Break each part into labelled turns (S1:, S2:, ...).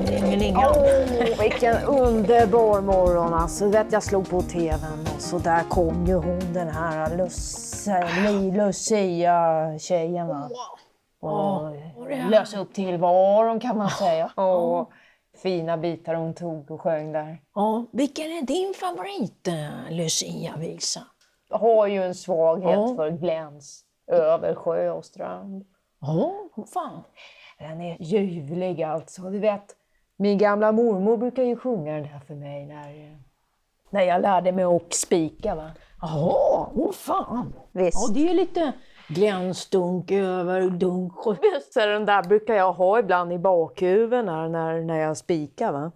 S1: morgon.
S2: Åh, vilken underbar morgon alltså. Du vet, jag slog på tvn och så där kom ju hon den här Lucia- Lucia-tjejen. va. Och lösa upp tillvaron kan man säga.
S1: Och fina bitar hon tog och sjöng där.
S3: Ja, vilken är din favorit eh, Lucia-visa?
S1: Har ju en svaghet
S3: Ja.
S1: för gläns över sjö och strand.
S3: Ja, oh, fan.
S1: Den är ljuvlig alltså. Du vet, min gamla mormor brukar ju sjunga den här för mig när, eh, när jag lärde mig att spika. Va?
S3: Jaha, åh fan.
S1: Visst.
S3: Ja, det är lite glänsdunk över dunk. och-
S1: Just det, den där brukar jag ha ibland i bakhuvudet när, när, när jag spikar. Va?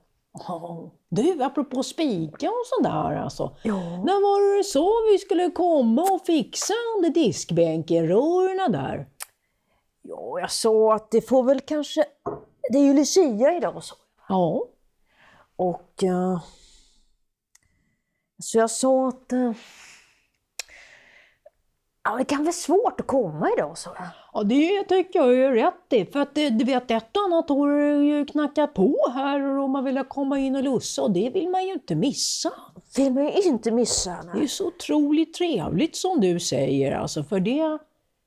S3: Ja. Du, apropå spika och sådär alltså. När var det så vi skulle komma och fixa under diskbänkerören där?
S2: Ja, jag sa att det får väl kanske... Det är ju Lucia idag så.
S3: Ja.
S2: Och... eh, så jag sa att... eh, ja, det kan vara svårt att komma idag så.
S3: Ja, det tycker jag är rätt i. För att eh, du vet, ett och annat har det ju knackat på här och man vill komma in och lussa och det vill man ju inte missa.
S2: Vill man ju inte missa.
S3: Det är
S2: Nej.
S3: ju så otroligt trevligt som du säger alltså, för det,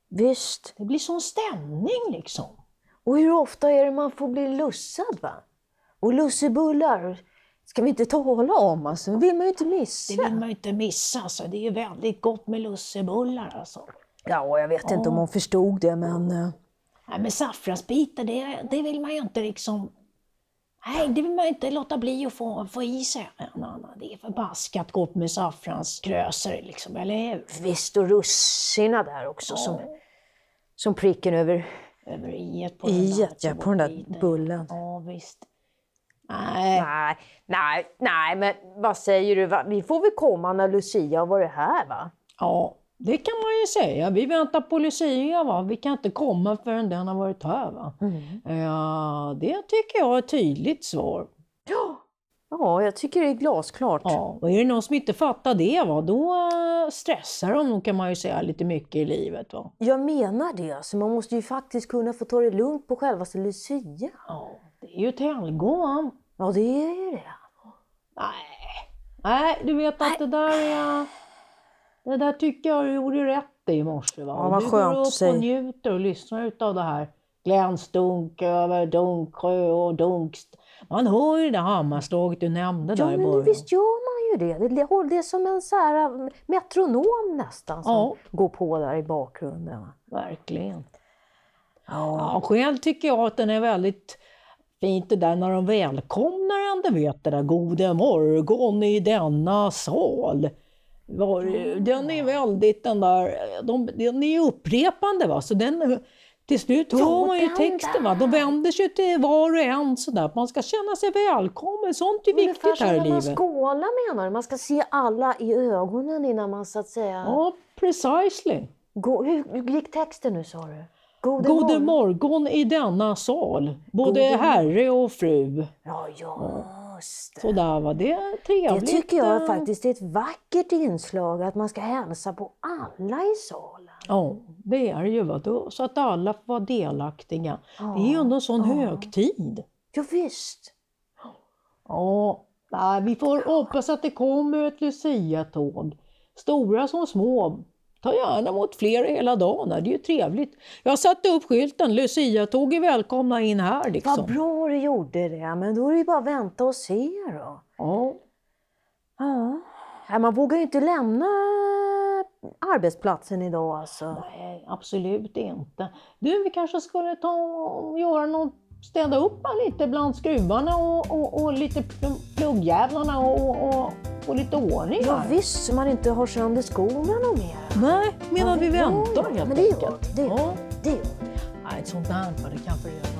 S2: Visst.
S3: det blir sån stämning liksom.
S2: Och hur ofta är det man får bli lussad? va? Och lussebullar ska vi inte tala om, alltså. det vill man ju inte
S3: Det vill
S2: missa.
S3: man ju inte missa alltså. Det är ju väldigt gott med lussebullar alltså.
S2: Ja, jag vet inte om hon förstod det, men... eh,
S3: Nej, men saffransbitar, det, det vill man ju inte liksom... Nej, det vill man ju inte låta bli att få, få i sig. En annan. Det är förbaskat gott med saffranskrösor liksom, eller hur?
S2: Visst, och russina där också, som, som pricken över
S3: Över iet på den där.
S2: iet ja, på den där
S3: biten.
S2: bullen.
S3: Ja, visst. Nej,
S2: Nej, nej, nej, men vad säger du? va? Vi får väl komma när Lucia har varit här, va?
S3: ja, det kan man ju säga. Vi väntar på Lucia, va? vi kan inte komma förrän den har varit här. Va?
S2: Mm.
S3: Ja, det tycker jag är ett tydligt svar.
S2: Ja, jag tycker det är glasklart.
S3: Ja, och är det någon som inte fattar det, va, då eh, stressar de nog kan man ju säga lite mycket i livet. Va?
S2: Jag menar det, alltså, man måste ju faktiskt kunna få ta det lugnt på självaste Lucia.
S3: Ja, det är ju ett helgon.
S2: Ja, det är ju det.
S3: Nej. Nej, du vet att det där är... Det där tycker jag du gjorde rätt i morse. Va?
S2: Ja, vad
S3: du
S2: skönt,
S3: går upp
S2: säg.
S3: och njuter och lyssnar utav det här. Glänsdunk över dunksjö och dunkst. Man hör ju det hammarslaget du nämnde
S2: Ja,
S3: där i
S2: men
S3: början.
S2: visst gör man ju det. Det är, det är som en så här mm, metronom nästan som
S3: Ja.
S2: går på där i bakgrunden. va?
S3: Verkligen.
S2: Ja.
S3: Ja, själv tycker jag att den är väldigt fint det där när de välkomnar en, du vet det där gode morgon i denna sal. Var, Den är väldigt den där, de, den är ju upprepande va, så den, till slut hör man ju
S2: den
S3: texten va. De vänder sig till var och en sådär, att man ska känna sig välkommen, sånt är
S2: Ungefär
S3: viktigt
S2: som
S3: här i
S2: när man
S3: livet.
S2: skålar menar du? Man ska se alla i ögonen innan man så att säga...
S3: Ja, precisely.
S2: Gå, hur, hur gick texten nu sa du? Gode,
S3: Gode morgon i denna sal, både
S2: Gode-
S3: herre och fru.
S2: Ja, just det.
S3: Sådär va, det är
S2: Det
S3: trevligt.
S2: tycker jag
S3: eh.
S2: faktiskt är ett vackert inslag, att man ska hälsa på alla i salen.
S3: Ja, det är det ju. Va? Då- Så att alla får vara delaktiga. Det är ju ändå en sån högtid.
S2: Ja, visst.
S3: Ja, nej, vi får hoppas att det kommer ett Lucia-tåg. Stora som små. Ta gärna emot fler hela dagen. här, Det är ju trevligt. Jag satte upp skylten Lucia-tåg är välkomna in här.
S2: Vad
S3: Liksom.
S2: bra du gjorde det, men då är det ju bara att vänta och se då.
S3: Ja,
S2: Ja. Nej, man vågar ju inte lämna arbetsplatsen idag alltså.
S3: nej, absolut inte. Du, vi kanske skulle ta och göra något städa upp här lite bland skruvarna och, och, och lite pl- pluggjävlarna och, och, och lite ordning
S2: Ja,
S3: här.
S2: visst, så man inte har sönder skorna något mer.
S3: Nej, medan
S2: Ja,
S3: vi
S2: ja,
S3: väntar
S2: ja,
S3: helt
S2: men det gör
S3: enkelt.
S2: vi, det gör
S3: Ja.
S2: Det
S3: Nej, ett sånt där, men det kan föröda.